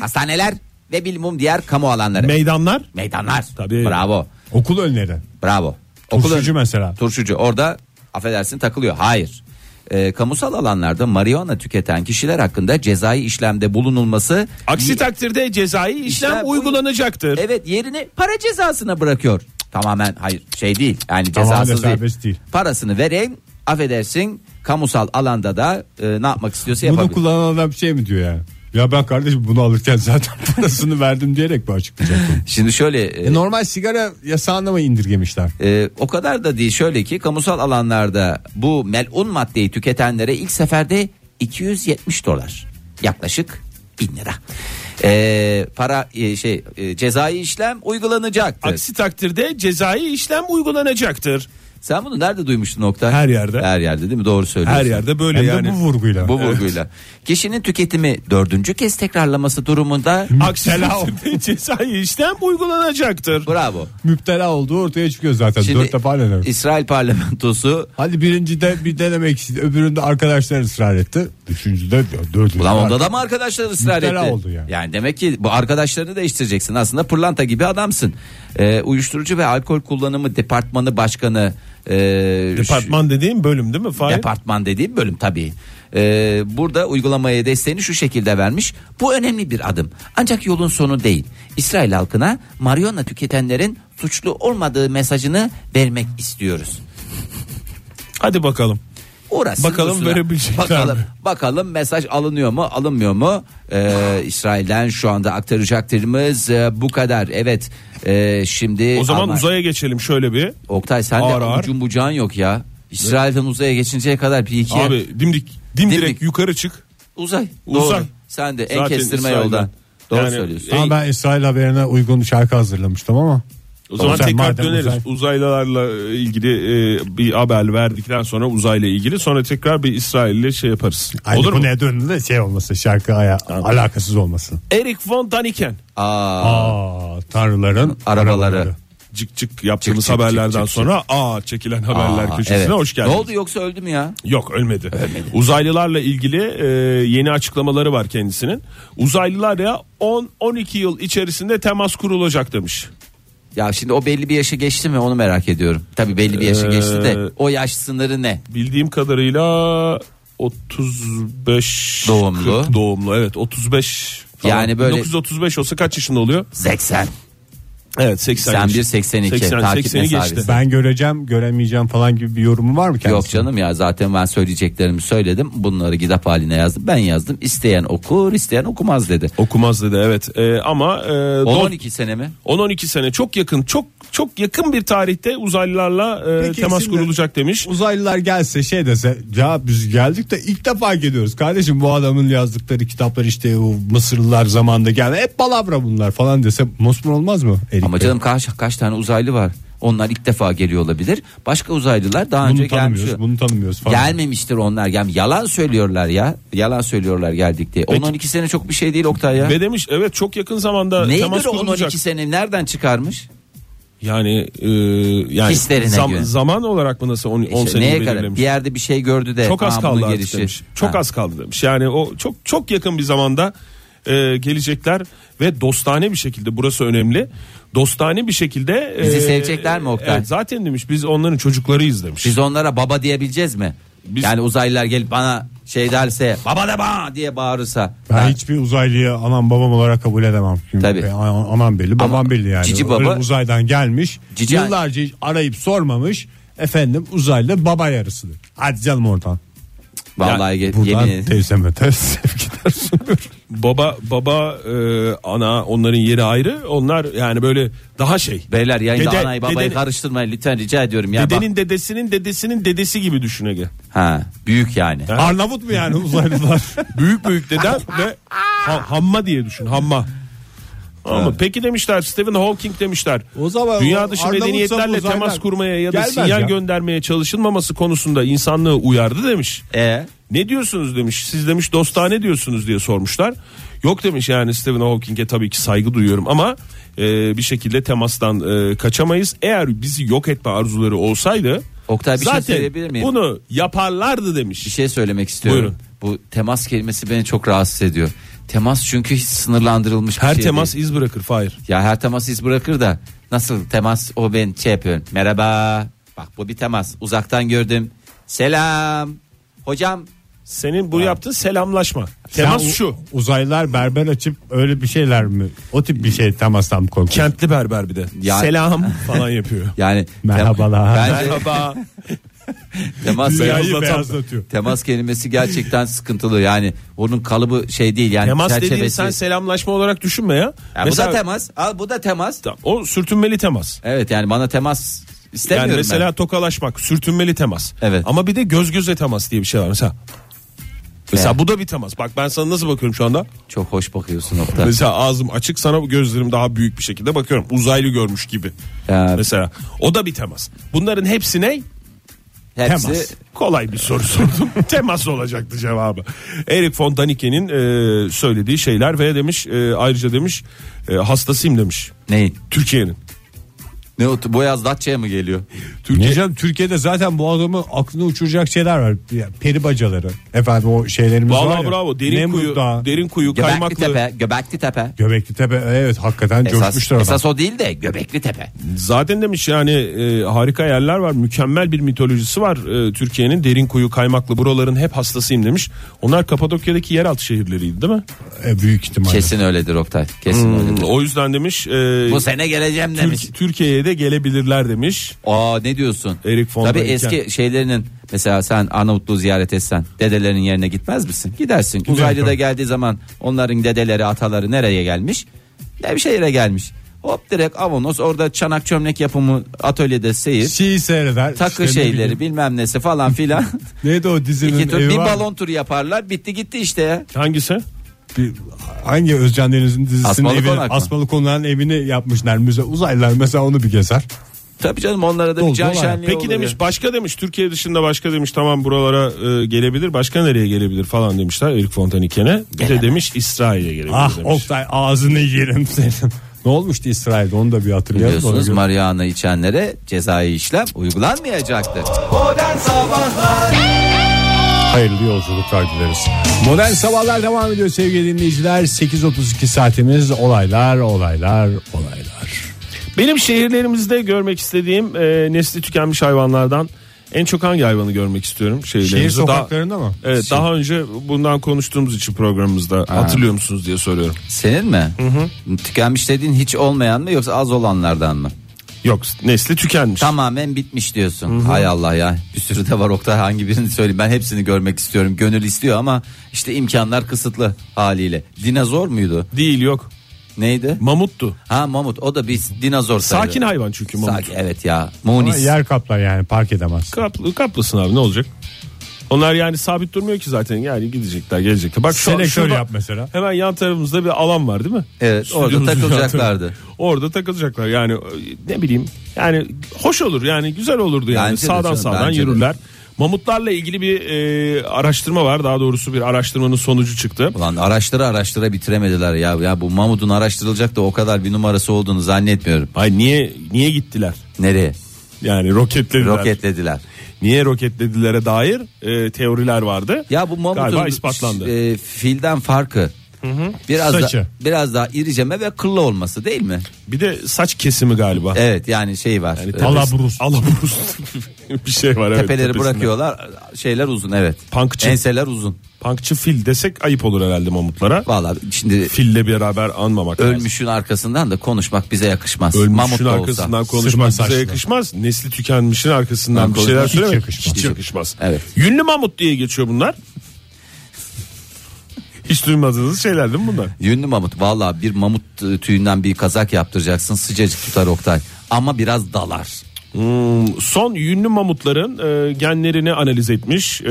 Speaker 2: hastaneler ve bilmum diğer kamu alanları.
Speaker 3: Meydanlar.
Speaker 2: Meydanlar.
Speaker 4: Tabii.
Speaker 2: Bravo.
Speaker 3: Okul önleri.
Speaker 2: Bravo.
Speaker 3: Turşucu mesela.
Speaker 2: Turşucu orada affedersin takılıyor. Hayır. Ee, kamusal alanlarda marihuana tüketen kişiler hakkında cezai işlemde bulunulması
Speaker 4: Aksi takdirde cezai işlem,
Speaker 2: İşlem uy-
Speaker 4: uygulanacaktır.
Speaker 2: evet yerini para cezasına bırakıyor. Tamamen hayır şey değil. Yani
Speaker 3: Tamamen
Speaker 2: cezasız
Speaker 3: serbest değil.
Speaker 2: Parasını vereyim affedersin kamusal alanda da e, ne yapmak istiyorsa
Speaker 3: Bunu
Speaker 2: yapabilir.
Speaker 3: kullanan adam şey mi diyor ya? Ya ben kardeşim bunu alırken zaten parasını verdim diyerek mi açıklayacak? bunu?
Speaker 2: Şimdi şöyle e,
Speaker 3: E, normal sigara yasağına mı indirgemişler?
Speaker 2: Ee, o kadar da değil şöyle ki kamusal alanlarda bu melun maddeyi tüketenlere ilk seferde 270 dolar yaklaşık 1000 lira. Ee, para e, şey e, cezai işlem uygulanacaktır.
Speaker 4: Aksi takdirde cezai işlem uygulanacaktır.
Speaker 2: Sen bunu nerede duymuştun nokta?
Speaker 4: Her yerde.
Speaker 2: Her yerde değil mi? Doğru söylüyorsun.
Speaker 4: Her yerde böyle
Speaker 3: Hem de
Speaker 4: yani.
Speaker 3: bu vurguyla.
Speaker 2: Bu vurguyla. Kişinin tüketimi dördüncü kez tekrarlaması durumunda
Speaker 4: Aksi takdirde cezai işlem uygulanacaktır.
Speaker 2: bravo.
Speaker 3: Müptela olduğu ortaya çıkıyor zaten. Dört defa ne demek?
Speaker 2: İsrail parlamentosu
Speaker 3: Hadi birinci de bir denemek istedi. Öbüründe arkadaşlar ısrar etti. Üçüncü de dördüncü.
Speaker 2: Ulan onda
Speaker 3: de
Speaker 2: da mı arkadaşlar ısrar
Speaker 3: Müptela
Speaker 2: etti?
Speaker 3: oldu yani.
Speaker 2: demek ki bu arkadaşlarını değiştireceksin. Aslında pırlanta gibi adamsın. Ee, uyuşturucu ve alkol kullanımı departmanı başkanı e,
Speaker 4: Departman dediğim bölüm değil mi
Speaker 2: şu-
Speaker 4: Fahir?
Speaker 2: departman dediğim bölüm tabii. Ee, burada uygulamaya desteğini şu şekilde vermiş. Bu önemli bir adım. Ancak yolun sonu değil. İsrail halkına marihuana tüketenlerin suçlu olmadığı mesajını vermek istiyoruz.
Speaker 4: Hadi bakalım.
Speaker 2: Uğraşsın
Speaker 4: Bakalım
Speaker 2: dursunlar.
Speaker 4: verebilecekler
Speaker 2: bakalım,
Speaker 4: mi?
Speaker 2: Bakalım mesaj alınıyor mu alınmıyor mu? Ee, İsrail'den şu anda aktaracaklarımız e, bu kadar. Evet e, şimdi.
Speaker 4: O zaman
Speaker 2: Alman-
Speaker 4: uzaya geçelim şöyle bir.
Speaker 2: Oktay sen
Speaker 4: Ağır
Speaker 2: de
Speaker 4: ağır.
Speaker 2: ucun bucağın yok ya. İsrail'den uzaya geçinceye kadar bir iki
Speaker 4: Abi dimdik dimdirek
Speaker 2: Dimdik.
Speaker 4: yukarı çık.
Speaker 2: uzay.
Speaker 4: Uzay.
Speaker 2: Doğru. Sen de en
Speaker 4: Zaten
Speaker 2: kestirme
Speaker 4: İsrail'den.
Speaker 2: yoldan. Doğru
Speaker 4: Yani-
Speaker 2: söylüyorsun.
Speaker 3: Ama ben İsrail haberine uygun şarkı hazırlamıştım ama.
Speaker 4: O zaman
Speaker 3: Uzay,
Speaker 4: tekrar
Speaker 3: madem
Speaker 4: döneriz.
Speaker 3: uzay.
Speaker 4: Uzaylılarla ilgili e, bir haber verdikten sonra uzayla ilgili sonra tekrar bir İsrail'le şey yaparız.
Speaker 3: Aynı
Speaker 4: Olur
Speaker 3: bu
Speaker 4: mu?
Speaker 3: ne döndü de şey olması şarkı aya, alakasız olmasın.
Speaker 4: Erik von Daniken.
Speaker 2: Aa,
Speaker 3: Aa, tanrıların
Speaker 2: Arabaları.
Speaker 4: Cık cık yaptığımız
Speaker 2: Cık cık
Speaker 4: haberlerden
Speaker 2: cık cık
Speaker 4: sonra aa çekilen haberler
Speaker 2: aa,
Speaker 4: köşesine
Speaker 2: evet.
Speaker 4: hoş geldiniz.
Speaker 2: Ne oldu yoksa öldü mü ya?
Speaker 4: Yok ölmedi. Uzaylılarla ilgili e, yeni açıklamaları var kendisinin. Uzaylılarla 10-12 yıl içerisinde temas kurulacak demiş.
Speaker 2: Ya şimdi o belli bir yaşı geçti mi onu merak ediyorum. Tabii belli bir yaşı geçti de
Speaker 4: Ee,
Speaker 2: o yaş sınırı ne?
Speaker 4: Bildiğim kadarıyla 35
Speaker 2: Doğumlu.
Speaker 4: 40 doğumlu evet 35 falan.
Speaker 2: Yani böyle-
Speaker 4: 1935 olsa kaç yaşında oluyor?
Speaker 2: 80.
Speaker 4: Evet 80
Speaker 2: 81
Speaker 4: yaş-
Speaker 2: 82 takip
Speaker 4: 80'i
Speaker 2: mesafesi.
Speaker 4: geçti.
Speaker 3: Ben göreceğim göremeyeceğim falan gibi bir yorumu var mı kendisinin?
Speaker 2: Yok canım ya zaten ben söyleyeceklerimi söyledim. Bunları gidap haline yazdım. Ben yazdım. İsteyen okur, isteyen okumaz dedi.
Speaker 4: Okumaz dedi evet Ee, ama e, don-
Speaker 2: 12 sene mi?
Speaker 4: 10-12 sene çok yakın çok çok yakın bir tarihte uzaylılarla e,
Speaker 3: Peki,
Speaker 4: temas
Speaker 3: şimdi-
Speaker 4: kurulacak demiş.
Speaker 3: Uzaylılar gelse şey dese ya biz geldik de ilk defa geliyoruz kardeşim bu adamın yazdıkları kitaplar işte o Mısırlılar zamanında geldi hep palavra bunlar falan dese mosmor olmaz mı? Erik
Speaker 2: Ama
Speaker 3: Bey?
Speaker 2: canım kaç kaç tane uzaylı var? Onlar ilk defa geliyor olabilir. Başka uzaylılar daha önce
Speaker 3: bunu
Speaker 2: gelmiş.
Speaker 3: tanımıyoruz bunu tanımıyoruz falan.
Speaker 2: Gelmemiştir onlar. Yani yalan söylüyorlar ya. Yalan söylüyorlar geldik diye. 10-12 sene çok bir şey değil Oktay ya.
Speaker 4: Ve demiş evet çok yakın zamanda
Speaker 2: Neye
Speaker 4: temas
Speaker 2: göre
Speaker 4: kurulacak.
Speaker 2: 10-12 sene nereden çıkarmış?
Speaker 4: Yani e, yani
Speaker 2: Hislerine göre.
Speaker 4: zaman olarak mı nasıl 10
Speaker 2: İşte
Speaker 4: seneyi
Speaker 2: neye kadar?
Speaker 4: belirlemiş?
Speaker 2: Bir yerde bir şey gördü de.
Speaker 4: Çok az
Speaker 2: "Aa, bunun
Speaker 4: kaldı artık
Speaker 2: gelişi."
Speaker 4: demiş. Çok
Speaker 2: Ha.
Speaker 4: az kaldı demiş. Yani o çok çok yakın bir zamanda e, gelecekler ve dostane bir şekilde burası önemli. Dostane bir şekilde e,
Speaker 2: Bizi sevecekler mi Oktay?
Speaker 4: Evet, zaten demiş biz onların çocuklarıyız demiş.
Speaker 2: Biz onlara baba diyebileceğiz mi?
Speaker 4: Biz-
Speaker 2: Yani uzaylılar gelip bana şey derse baba da bana diye bağırırsa.
Speaker 3: Ben
Speaker 2: Ha,
Speaker 3: hiçbir uzaylıyı anam babam olarak kabul edemem. Çünkü
Speaker 2: Tabii.
Speaker 3: ben- Anam belli babam
Speaker 2: Ama
Speaker 3: belli yani.
Speaker 2: cici
Speaker 3: Öyle
Speaker 2: baba-
Speaker 3: uzaydan gelmiş
Speaker 2: Cici-
Speaker 3: yıllarca hiç arayıp sormamış efendim uzaylı baba yarısıdır. Hadi canım oradan.
Speaker 2: Vallahi ge- yemin
Speaker 3: Buradan
Speaker 2: ederim.
Speaker 3: teyzeme ters sevgiler sunuyorum.
Speaker 4: Baba baba e, ana onların yeri ayrı. Onlar yani böyle daha şey.
Speaker 2: Beyler yayında
Speaker 4: Dede-
Speaker 2: anayı babayı
Speaker 4: dede-
Speaker 2: karıştırmayın lütfen rica ediyorum ya. Bak-
Speaker 4: Dedenin dedesinin dedesinin dedesi gibi düşün Ege.
Speaker 2: ha, büyük yani.
Speaker 3: Arnavut mu yani uzaylılar?
Speaker 4: Büyük büyük dedem ve ha- hamma diye düşün hamma. Ama peki demişler Stephen Hawking demişler.
Speaker 3: O zaman
Speaker 4: dünya
Speaker 3: o
Speaker 4: dışı
Speaker 3: Arnavutsa
Speaker 4: medeniyetlerle
Speaker 3: uzaylılar
Speaker 4: temas kurmaya ya da
Speaker 3: gelmez
Speaker 4: sinyal
Speaker 3: ya.
Speaker 4: göndermeye çalışılmaması konusunda insanlığı uyardı demiş.
Speaker 2: E
Speaker 4: Ne diyorsunuz demiş. Siz demiş dostane diyorsunuz diye sormuşlar. Yok demiş yani Stephen Hawking'e tabii ki saygı duyuyorum ama e, bir şekilde temastan e, kaçamayız. Eğer bizi yok etme arzuları olsaydı
Speaker 2: Oktay, bir şey
Speaker 4: zaten
Speaker 2: söyleyebilir miyim?
Speaker 4: bunu yaparlardı demiş.
Speaker 2: bir şey söylemek istiyorum.
Speaker 4: Buyurun.
Speaker 2: Bu temas kelimesi beni çok rahatsız ediyor. Temas çünkü hiç sınırlandırılmış bir
Speaker 4: Her
Speaker 2: şey
Speaker 4: temas
Speaker 2: değil.
Speaker 4: iz bırakır Fahir.
Speaker 2: Ya her temas iz bırakır da nasıl temas o ben şey yapıyorum. Merhaba. Bak bu bir temas. Uzaktan gördüm. Selam. Hocam
Speaker 4: Senin bu yaptığın selamlaşma. Temas
Speaker 3: Sen
Speaker 4: şu.
Speaker 3: Uzaylılar berber açıp öyle bir şeyler mi? O tip bir şey temastan mı korkuyorsun?
Speaker 4: Kentli berber bir de.
Speaker 2: Ya-
Speaker 4: Selam falan yapıyor.
Speaker 2: yani tem-
Speaker 3: Merhabalar.
Speaker 2: Bence
Speaker 4: Merhaba.
Speaker 2: temas
Speaker 3: Dünyayı beyazlatıyor.
Speaker 2: temas kelimesi gerçekten sıkıntılı. Yani onun kalıbı şey değil yani
Speaker 4: Temas dediğin
Speaker 2: çerçevesi.
Speaker 4: sen selamlaşma olarak düşünme ya.
Speaker 2: Ya bu da temas. Al bu da temas.
Speaker 4: Tamam, O sürtünmeli temas.
Speaker 2: Evet yani bana temas istemiyorum ben.
Speaker 4: Yani mesela tokalaşmak, sürtünmeli temas.
Speaker 2: Evet.
Speaker 4: Ama bir de göz göze temas diye bir şey var mesela. Mesela
Speaker 2: Evet.
Speaker 4: bu da bir temas. Bak ben sana nasıl bakıyorum şu anda?
Speaker 2: Çok hoş bakıyorsun nokta.
Speaker 4: Mesela ağzım açık sana gözlerim daha büyük bir şekilde bakıyorum. Uzaylı görmüş gibi.
Speaker 2: Ya-
Speaker 4: Mesela o da bir temas. Bunların hepsi ne?
Speaker 2: Hepsi
Speaker 4: Temas. Kolay bir soru sordum. Temas olacaktı cevabı. Erik von Daniken'in e, söylediği şeyler ve demiş e, ayrıca demiş e, hastasıyım demiş.
Speaker 2: neyin?
Speaker 4: Türkiye'nin.
Speaker 2: Ne o bu yaz Datça'ya mı geliyor?
Speaker 3: Türkiye... Hocam Türkiye'de zaten bu adamın aklını uçuracak şeyler var. Ya, peri bacaları. Efendim o şeylerimiz var
Speaker 4: Vallahi
Speaker 3: ya.
Speaker 4: bravo. Derin
Speaker 3: Nemrut
Speaker 4: kuyu,
Speaker 3: Dağı,
Speaker 4: derin kuyu,
Speaker 2: Göbekli
Speaker 4: kaymaklı.
Speaker 2: Tepe, Göbekli Tepe.
Speaker 3: Göbekli Tepe evet hakikaten
Speaker 2: Esas,
Speaker 3: coşmuştur adam.
Speaker 2: esas o değil de Göbekli Tepe.
Speaker 4: Zaten demiş yani e, harika yerler var. Mükemmel bir mitolojisi var e, Türkiye'nin. Derin kuyu, kaymaklı buraların hep hastasıyım demiş. Onlar Kapadokya'daki yeraltı şehirleriydi değil mi?
Speaker 3: E, büyük ihtimalle.
Speaker 2: Kesin öyledir Oktay. Kesin öyledir.
Speaker 4: O yüzden demiş e,
Speaker 2: Bu sene geleceğim
Speaker 4: Türk-
Speaker 2: demiş.
Speaker 4: Türkiye'ye de gelebilirler demiş.
Speaker 2: Aa ne diyorsun?
Speaker 4: Erik von
Speaker 2: Tabii
Speaker 4: Daniken.
Speaker 2: eski şeylerinin mesela sen Arnavutluğu ziyaret etsen dedelerinin yerine gitmez misin? Gidersin. Uzaylı da
Speaker 3: tabii.
Speaker 2: geldiği zaman onların dedeleri ataları nereye gelmiş? Nevşehir'e gelmiş. Hop direkt Avanos orada çanak çömlek yapımı atölyede seyir.
Speaker 3: Şeyi seyreder.
Speaker 2: Takı
Speaker 3: işte ne
Speaker 2: şeyleri
Speaker 3: bileyim.
Speaker 2: bilmem nesi falan filan.
Speaker 3: Neydi o dizinin
Speaker 2: İki tur,
Speaker 3: evi
Speaker 2: bir
Speaker 3: var mı?
Speaker 2: balon turu yaparlar. Bitti gitti işte ya.
Speaker 4: Hangisi?
Speaker 3: Bir- hangi Özcan Deniz'in dizisinin
Speaker 2: Asmalı
Speaker 3: evini,
Speaker 2: Konak mı?
Speaker 3: Asmalı Konak'ın evini yapmışlar müze. Uzaylılar mesela onu bir gezer.
Speaker 2: Tabii canım onlara da bir
Speaker 3: Dolu
Speaker 2: can
Speaker 3: dolu
Speaker 2: şenliği
Speaker 4: Peki
Speaker 2: olur
Speaker 4: demiş
Speaker 2: ya.
Speaker 4: başka demiş Türkiye dışında başka demiş tamam buralara e, gelebilir başka nereye gelebilir falan demişler Erik Fontaniken'e. Bir de demiş İsrail'e gelebilir
Speaker 3: Ah
Speaker 4: demiş.
Speaker 3: Oktay ağzını yerim senin. ne olmuştu İsrail'de onu da bir hatırlayalım.
Speaker 2: Biliyorsunuz
Speaker 3: Ona göre-
Speaker 2: Mariana içenlere cezai işlem uygulanmayacaktır.
Speaker 3: Hayırlı yolculuklar dileriz. Modern Sabahlar devam ediyor sevgili dinleyiciler. 8.32 saatimiz olaylar olaylar olaylar.
Speaker 4: Benim şehirlerimizde görmek istediğim e, nesli tükenmiş hayvanlardan En çok hangi hayvanı görmek istiyorum?
Speaker 3: Şehir
Speaker 4: Şehirlerimizde daha-
Speaker 3: sokaklarında mı?
Speaker 4: Evet, daha önce bundan konuştuğumuz için programımızda hatırlıyor musunuz diye soruyorum.
Speaker 2: Senin mi? Tükenmiş dediğin hiç olmayan mı yoksa az olanlardan mı?
Speaker 4: Yok nesli tükenmiş.
Speaker 2: Tamamen bitmiş diyorsun. Hay Allah ya. Bir sürü de var Oktay hangi birini söyleyeyim. Ben hepsini görmek istiyorum. Gönül istiyor ama işte imkanlar kısıtlı haliyle. Dinozor muydu?
Speaker 4: Değil yok.
Speaker 2: Neydi?
Speaker 4: Mamuttu.
Speaker 2: Ha mamut o da bir dinozor sayılır.
Speaker 4: Sakin hayvan çünkü mamut.
Speaker 2: Sakin evet ya.
Speaker 3: Ama
Speaker 2: Munis.
Speaker 3: yer kaplar yani park edemez.
Speaker 4: Kaplı, kaplasın abi ne olacak? Onlar yani sabit durmuyor ki zaten. Yani gidecekler, gelecekler. Bak şu an
Speaker 3: Selektör
Speaker 4: şurada-
Speaker 3: yap mesela.
Speaker 4: Hemen yan tarafımızda bir alan var değil mi?
Speaker 2: Evet,
Speaker 4: Stüdyomuzun
Speaker 2: orada
Speaker 4: yan
Speaker 2: takılacaklardı.
Speaker 4: tarafı. Orada takılacaklar. Yani e, ne bileyim. Yani hoş olur yani güzel olurdu yani.
Speaker 2: Bence de
Speaker 4: sağdan
Speaker 2: canım,
Speaker 4: sağdan
Speaker 2: bence de.
Speaker 4: yürürler. Mamutlarla ilgili bir e, araştırma var. Daha doğrusu bir araştırmanın sonucu çıktı.
Speaker 2: Ulan araştıra araştıra bitiremediler ya. Ya bu mamutun araştırılacak da o kadar bir numarası olduğunu zannetmiyorum.
Speaker 4: Ay niye niye gittiler?
Speaker 2: Nereye?
Speaker 4: Yani roketlediler.
Speaker 2: Roketlediler.
Speaker 4: Niye roketledilere dair e, teoriler vardı.
Speaker 2: Ya bu mamutun
Speaker 4: Galiba ispatlandı.
Speaker 2: e, filden farkı. Biraz
Speaker 3: Saçı.
Speaker 2: da, biraz daha iriceme ve kıllı olması değil mi?
Speaker 4: Bir de saç kesimi galiba. Hani
Speaker 2: Evet yani şey var.
Speaker 4: Yani
Speaker 2: e,
Speaker 3: Alaburus.
Speaker 4: Alaburus bir şey var evet.
Speaker 2: tepeleri
Speaker 4: tepesinde.
Speaker 2: bırakıyorlar. Şeyler uzun evet.
Speaker 4: Punkçı.
Speaker 2: Enseler uzun.
Speaker 4: Punkçı fil desek ayıp olur herhalde mamutlara.
Speaker 2: Vallahi şimdi
Speaker 4: Fille beraber anmamak lazım.
Speaker 2: ölmüşün arkasından da konuşmak bize yakışmaz. Mamut
Speaker 4: Ölmüşün
Speaker 2: da
Speaker 4: arkasından
Speaker 2: olsa.
Speaker 4: konuşmak bize
Speaker 3: saçlı.
Speaker 4: yakışmaz. Nesli tükenmişin arkasından
Speaker 2: Ben
Speaker 4: bir şeyler
Speaker 2: konuşmam.
Speaker 4: söylemek
Speaker 3: Hiç yakışmaz.
Speaker 4: hiç yakışmaz.
Speaker 2: Evet.
Speaker 4: Yünlü mamut diye geçiyor bunlar. Hiç duymadığınız şeyler değil mi bunlar?
Speaker 2: Yünlü mamut. Vallahi bir mamut e, tüyünden bir kazak yaptıracaksın. Sıcacık tutar Oktay. Ama biraz dalar.
Speaker 4: Hmm, son yünlü mamutların e, genlerini analiz etmiş. E,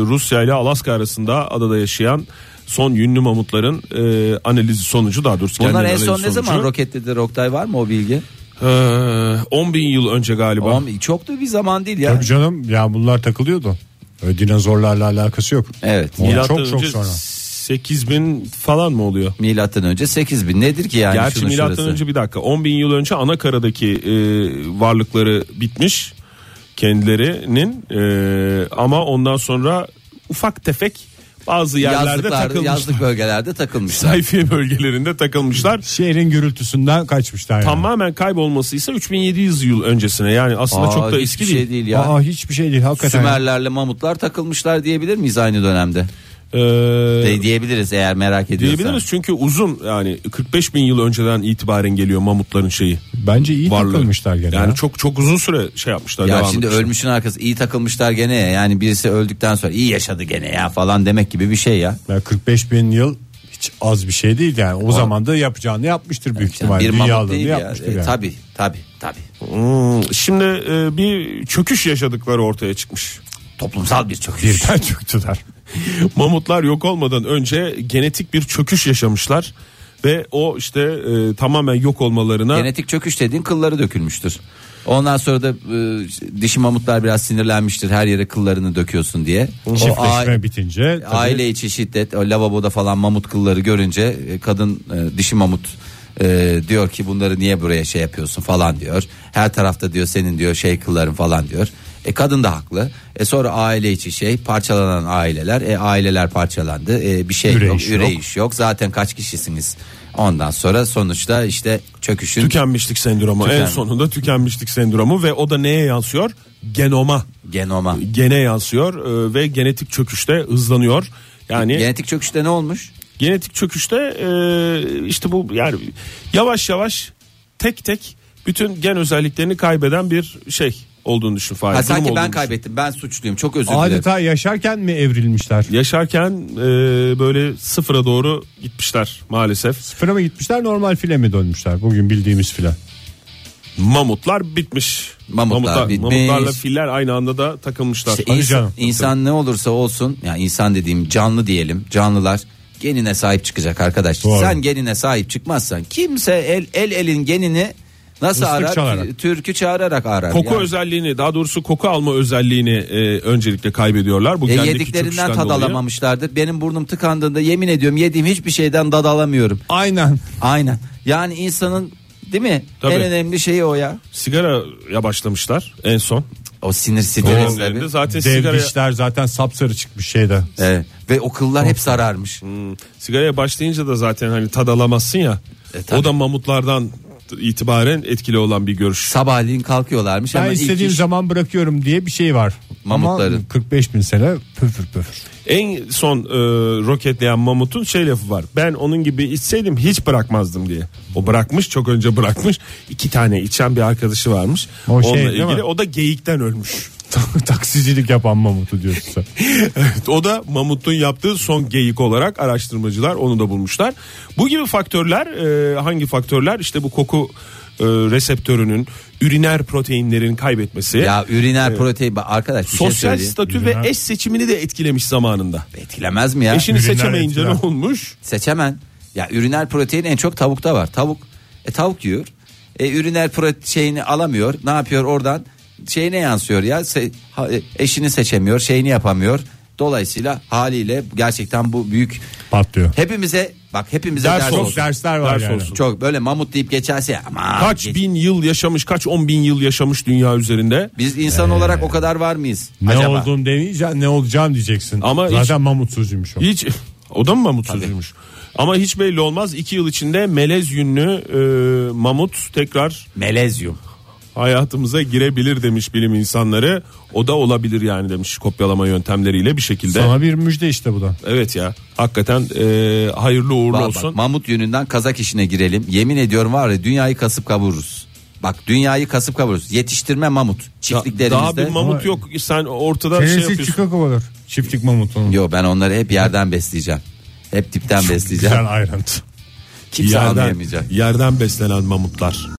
Speaker 4: Rusya ile Alaska arasında adada yaşayan son yünlü mamutların e, analizi sonucu daha doğrusu.
Speaker 2: Bunlar
Speaker 4: genlerin
Speaker 2: en son
Speaker 4: analizi
Speaker 2: ne zaman
Speaker 4: sonucu.
Speaker 2: roketledi Oktay var mı o bilgi?
Speaker 4: Ee, 10 bin yıl önce galiba.
Speaker 2: Oğlum, çok da bir zaman değil ya.
Speaker 3: Tabii canım ya bunlar takılıyordu. Öyle dinozorlarla alakası yok.
Speaker 2: Evet.
Speaker 3: O
Speaker 4: Milattan
Speaker 3: çok çok
Speaker 4: önce
Speaker 3: sonra.
Speaker 4: 8 bin falan mı oluyor?
Speaker 2: Milattan önce 8000 nedir ki yani
Speaker 4: Gerçi
Speaker 2: şunun
Speaker 4: milattan
Speaker 2: şurası?
Speaker 4: önce bir dakika 10 bin yıl önce Anakara'daki e, varlıkları bitmiş kendilerinin e, ama ondan sonra ufak tefek bazı yerlerde
Speaker 2: Yazlıklar-
Speaker 4: takılmışlar.
Speaker 2: yazlık bölgelerde takılmışlar.
Speaker 4: Sayfiye bölgelerinde takılmışlar.
Speaker 3: Şehrin gürültüsünden kaçmışlar yani.
Speaker 4: Tamamen kaybolması ise 3700 yıl öncesine yani aslında
Speaker 2: Aa,
Speaker 4: çok da
Speaker 2: hiçbir
Speaker 4: eski
Speaker 2: şey
Speaker 4: değil.
Speaker 2: değil, ya.
Speaker 3: Aa hiçbir şey değil hakikaten.
Speaker 2: Sümerlerle mamutlar takılmışlar diyebilir miyiz aynı dönemde?
Speaker 4: Ee,
Speaker 2: De- diyebiliriz eğer merak ediyorsan.
Speaker 4: diyebiliriz çünkü uzun yani 45 bin yıl önceden itibaren geliyor mamutların şeyi.
Speaker 3: Bence iyi
Speaker 4: varlığı.
Speaker 3: takılmışlar gene.
Speaker 4: Yani
Speaker 3: ya.
Speaker 4: çok çok uzun süre şey yapmışlar.
Speaker 2: Ya
Speaker 4: devam
Speaker 2: şimdi
Speaker 4: etmişler.
Speaker 2: ölmüşün arkası iyi takılmışlar gene ya. yani birisi öldükten sonra iyi yaşadı gene ya falan demek gibi bir şey ya.
Speaker 3: Ya 45 bin yıl hiç az bir şey değil yani. O, zaman da yapacağını yapmıştır büyük ihtimalle.
Speaker 2: bir mamut
Speaker 3: Dünyalarını
Speaker 2: değil ya.
Speaker 3: yapmıştır
Speaker 2: E,
Speaker 3: yani.
Speaker 2: Tabii tabii tabii.
Speaker 4: Hmm, şimdi e, bir çöküş yaşadıkları ortaya çıkmış.
Speaker 2: Toplumsal bir çöküş.
Speaker 3: Birden çöktüler.
Speaker 4: Mamutlar yok olmadan önce genetik bir çöküş yaşamışlar ve o işte e, tamamen yok olmalarına
Speaker 2: Genetik çöküş dediğin kılları dökülmüştür. Ondan sonra da e, dişi mamutlar biraz sinirlenmiştir her yere kıllarını döküyorsun diye. O
Speaker 3: Çiftleşme
Speaker 2: a-
Speaker 3: bitince tabii
Speaker 2: E, aile içi şiddet o lavaboda falan mamut kılları görünce e, kadın e, dişi mamut e, diyor ki bunları niye buraya şey yapıyorsun falan diyor. Her tarafta diyor senin diyor şey kılların falan diyor. E kadın da haklı. E sonra aile içi şey parçalanan aileler. E aileler parçalandı. E bir şey
Speaker 3: Üreyiş
Speaker 2: yok,
Speaker 3: yok.
Speaker 2: üreyiş yok. Zaten kaç kişisiniz? Ondan sonra sonuçta işte çöküşün
Speaker 4: tükenmişlik sendromu en
Speaker 2: Tüken-
Speaker 4: sonunda tükenmişlik sendromu ve o da neye yansıyor? Genoma.
Speaker 2: genoma.
Speaker 4: Gene yansıyor e, ve genetik çöküşte hızlanıyor. Yani
Speaker 2: Genetik çöküşte ne olmuş?
Speaker 4: genetik çöküşte e, işte bu yani yavaş yavaş tek tek bütün gen özelliklerini kaybeden bir şey olduğunu düşün. Fahir,
Speaker 2: Ha,
Speaker 4: durum
Speaker 2: sanki
Speaker 4: olduğunu
Speaker 2: ben
Speaker 4: düşün.
Speaker 2: kaybettim. Ben suçluyum. Çok özür dilerim.
Speaker 3: adeta yaşarken mi evrilmişler?
Speaker 4: Yaşarken e, böyle sıfıra doğru gitmişler maalesef.
Speaker 3: Sıfıra mı gitmişler normal file mi dönmüşler? Bugün bildiğimiz file.
Speaker 4: Mamutlar bitmiş.
Speaker 2: Mamutlar bitmiş.
Speaker 4: Mamutlarla filler aynı anda da takılmışlar.
Speaker 2: İşte
Speaker 3: Tabii
Speaker 2: ins-
Speaker 3: canım.
Speaker 2: insan ne olursa olsun yani insan dediğim canlı diyelim canlılar genine sahip çıkacak arkadaş.
Speaker 3: Doğru.
Speaker 2: Sen genine sahip çıkmazsan kimse el el elin genini nasıl
Speaker 3: Islık
Speaker 2: arar?
Speaker 3: çalarak.
Speaker 2: Türkü çağırarak arar.
Speaker 4: Koku
Speaker 2: Yani-
Speaker 4: özelliğini daha doğrusu koku alma özelliğini e, öncelikle kaybediyorlar. Bu
Speaker 2: E,
Speaker 4: gendeki
Speaker 2: yediklerinden
Speaker 4: çöküşten
Speaker 2: tad
Speaker 4: dolayı.
Speaker 2: alamamışlardır. Benim burnum tıkandığında yemin ediyorum yediğim hiçbir şeyden tad alamıyorum.
Speaker 3: Aynen.
Speaker 2: Aynen. Yani insanın değil mi?
Speaker 4: Tabii.
Speaker 2: En önemli şeyi o ya.
Speaker 4: Sigaraya başlamışlar en son.
Speaker 2: O sinir
Speaker 4: Dönemlerinde
Speaker 2: sinir sebebi.
Speaker 4: zaten sigaraya,
Speaker 3: Devrişler zaten sapsarı çıkmış şeyde.
Speaker 2: Evet. Ve o kıllar hep sararmış.
Speaker 4: sigaraya başlayınca da zaten hani tad alamazsın ya.
Speaker 2: E, tabii.
Speaker 4: o da mamutlardan itibaren etkili olan bir görüş.
Speaker 2: Sabahleyin kalkıyorlarmış
Speaker 3: Ben
Speaker 2: ama ilk
Speaker 3: istediğim
Speaker 2: iş-
Speaker 3: zaman bırakıyorum diye bir şey var.
Speaker 2: Mamutların.
Speaker 3: Ama 45 bin sene pöfür pöfür.
Speaker 4: En son e, roketleyen mamutun şey lafı var. Ben onun gibi içseydim hiç bırakmazdım diye. O bırakmış çok önce bırakmış. İki tane içen bir arkadaşı varmış.
Speaker 3: O
Speaker 4: Onunla
Speaker 3: şey değil
Speaker 4: ilgili
Speaker 3: mi?
Speaker 4: o da geyikten ölmüş.
Speaker 3: Taksicilik yapan mamutu diyorsun sen.
Speaker 4: Evet, o da mamutun yaptığı son geyik olarak araştırmacılar onu da bulmuşlar. Bu gibi faktörler e, hangi faktörler? İşte bu koku e, reseptörünün üriner proteinlerin kaybetmesi.
Speaker 2: Ya üriner protein Bak arkadaş bir şey
Speaker 4: E? sosyal
Speaker 2: söyleyeyim.
Speaker 4: statü
Speaker 3: Üriner-
Speaker 4: ve eş seçimini de etkilemiş zamanında.
Speaker 2: Etkilemez mi ya?
Speaker 4: Eşini
Speaker 3: Üriner
Speaker 4: seçemeyince ne
Speaker 3: etkiler.
Speaker 4: olmuş?
Speaker 2: Seçemen. Ya üriner protein en çok tavukta var. Tavuk e tavuk yiyor. E üriner protein şeyini alamıyor. Ne yapıyor oradan? Şeyine yansıyor ya. Se- ha- e, eşini seçemiyor, şeyini yapamıyor. Dolayısıyla haliyle gerçekten bu büyük
Speaker 3: Patlıyor.
Speaker 2: hepimize bak hepimize ders,
Speaker 4: Ders
Speaker 2: olsun.
Speaker 4: olsun.
Speaker 3: Çok dersler var
Speaker 4: Ders
Speaker 3: yani.
Speaker 4: olsun.
Speaker 2: Çok böyle mamut deyip geçerse ama
Speaker 4: Kaç bin yıl yaşamış, kaç on bin yıl yaşamış dünya üzerinde.
Speaker 2: biz insan olarak o kadar var mıyız?
Speaker 3: Ne
Speaker 2: acaba?
Speaker 3: oldum demeyeceksin ne olacağım diyeceksin.
Speaker 4: Ama
Speaker 3: Zaten
Speaker 4: hiç-
Speaker 3: mamut sözüymüş o.
Speaker 4: Hiç o da mı mamut sözüymüş? Ama hiç belli olmaz. İki yıl içinde melez yünlü e, mamut tekrar
Speaker 2: Melezyum.
Speaker 4: hayatımıza girebilir demiş bilim insanları. O da olabilir yani demiş kopyalama yöntemleriyle bir şekilde.
Speaker 3: Sana bir müjde işte bu da.
Speaker 4: Evet ya hakikaten e, hayırlı uğurlu
Speaker 2: Bak,
Speaker 4: olsun.
Speaker 2: bak, mamut yönünden kazak işine girelim. Yemin ediyorum var ya dünyayı kasıp kavururuz. Bak dünyayı kasıp kavururuz. Yetiştirme mamut.
Speaker 4: Da-
Speaker 2: Çiftliklerimizde.
Speaker 4: daha bir mamut
Speaker 3: Ama-
Speaker 4: yok. Sen ortada şey
Speaker 3: Tenesi
Speaker 4: yapıyorsun.
Speaker 3: Chicago olur. Çiftlik mamutunun.
Speaker 2: Yo ben onları hep yerden besleyeceğim. Hep dipten besleyeceğim.
Speaker 3: Güzel ayrıntı.
Speaker 2: Kimse
Speaker 4: yerden,
Speaker 2: anlayamayacak.
Speaker 4: yerden beslenen mamutlar.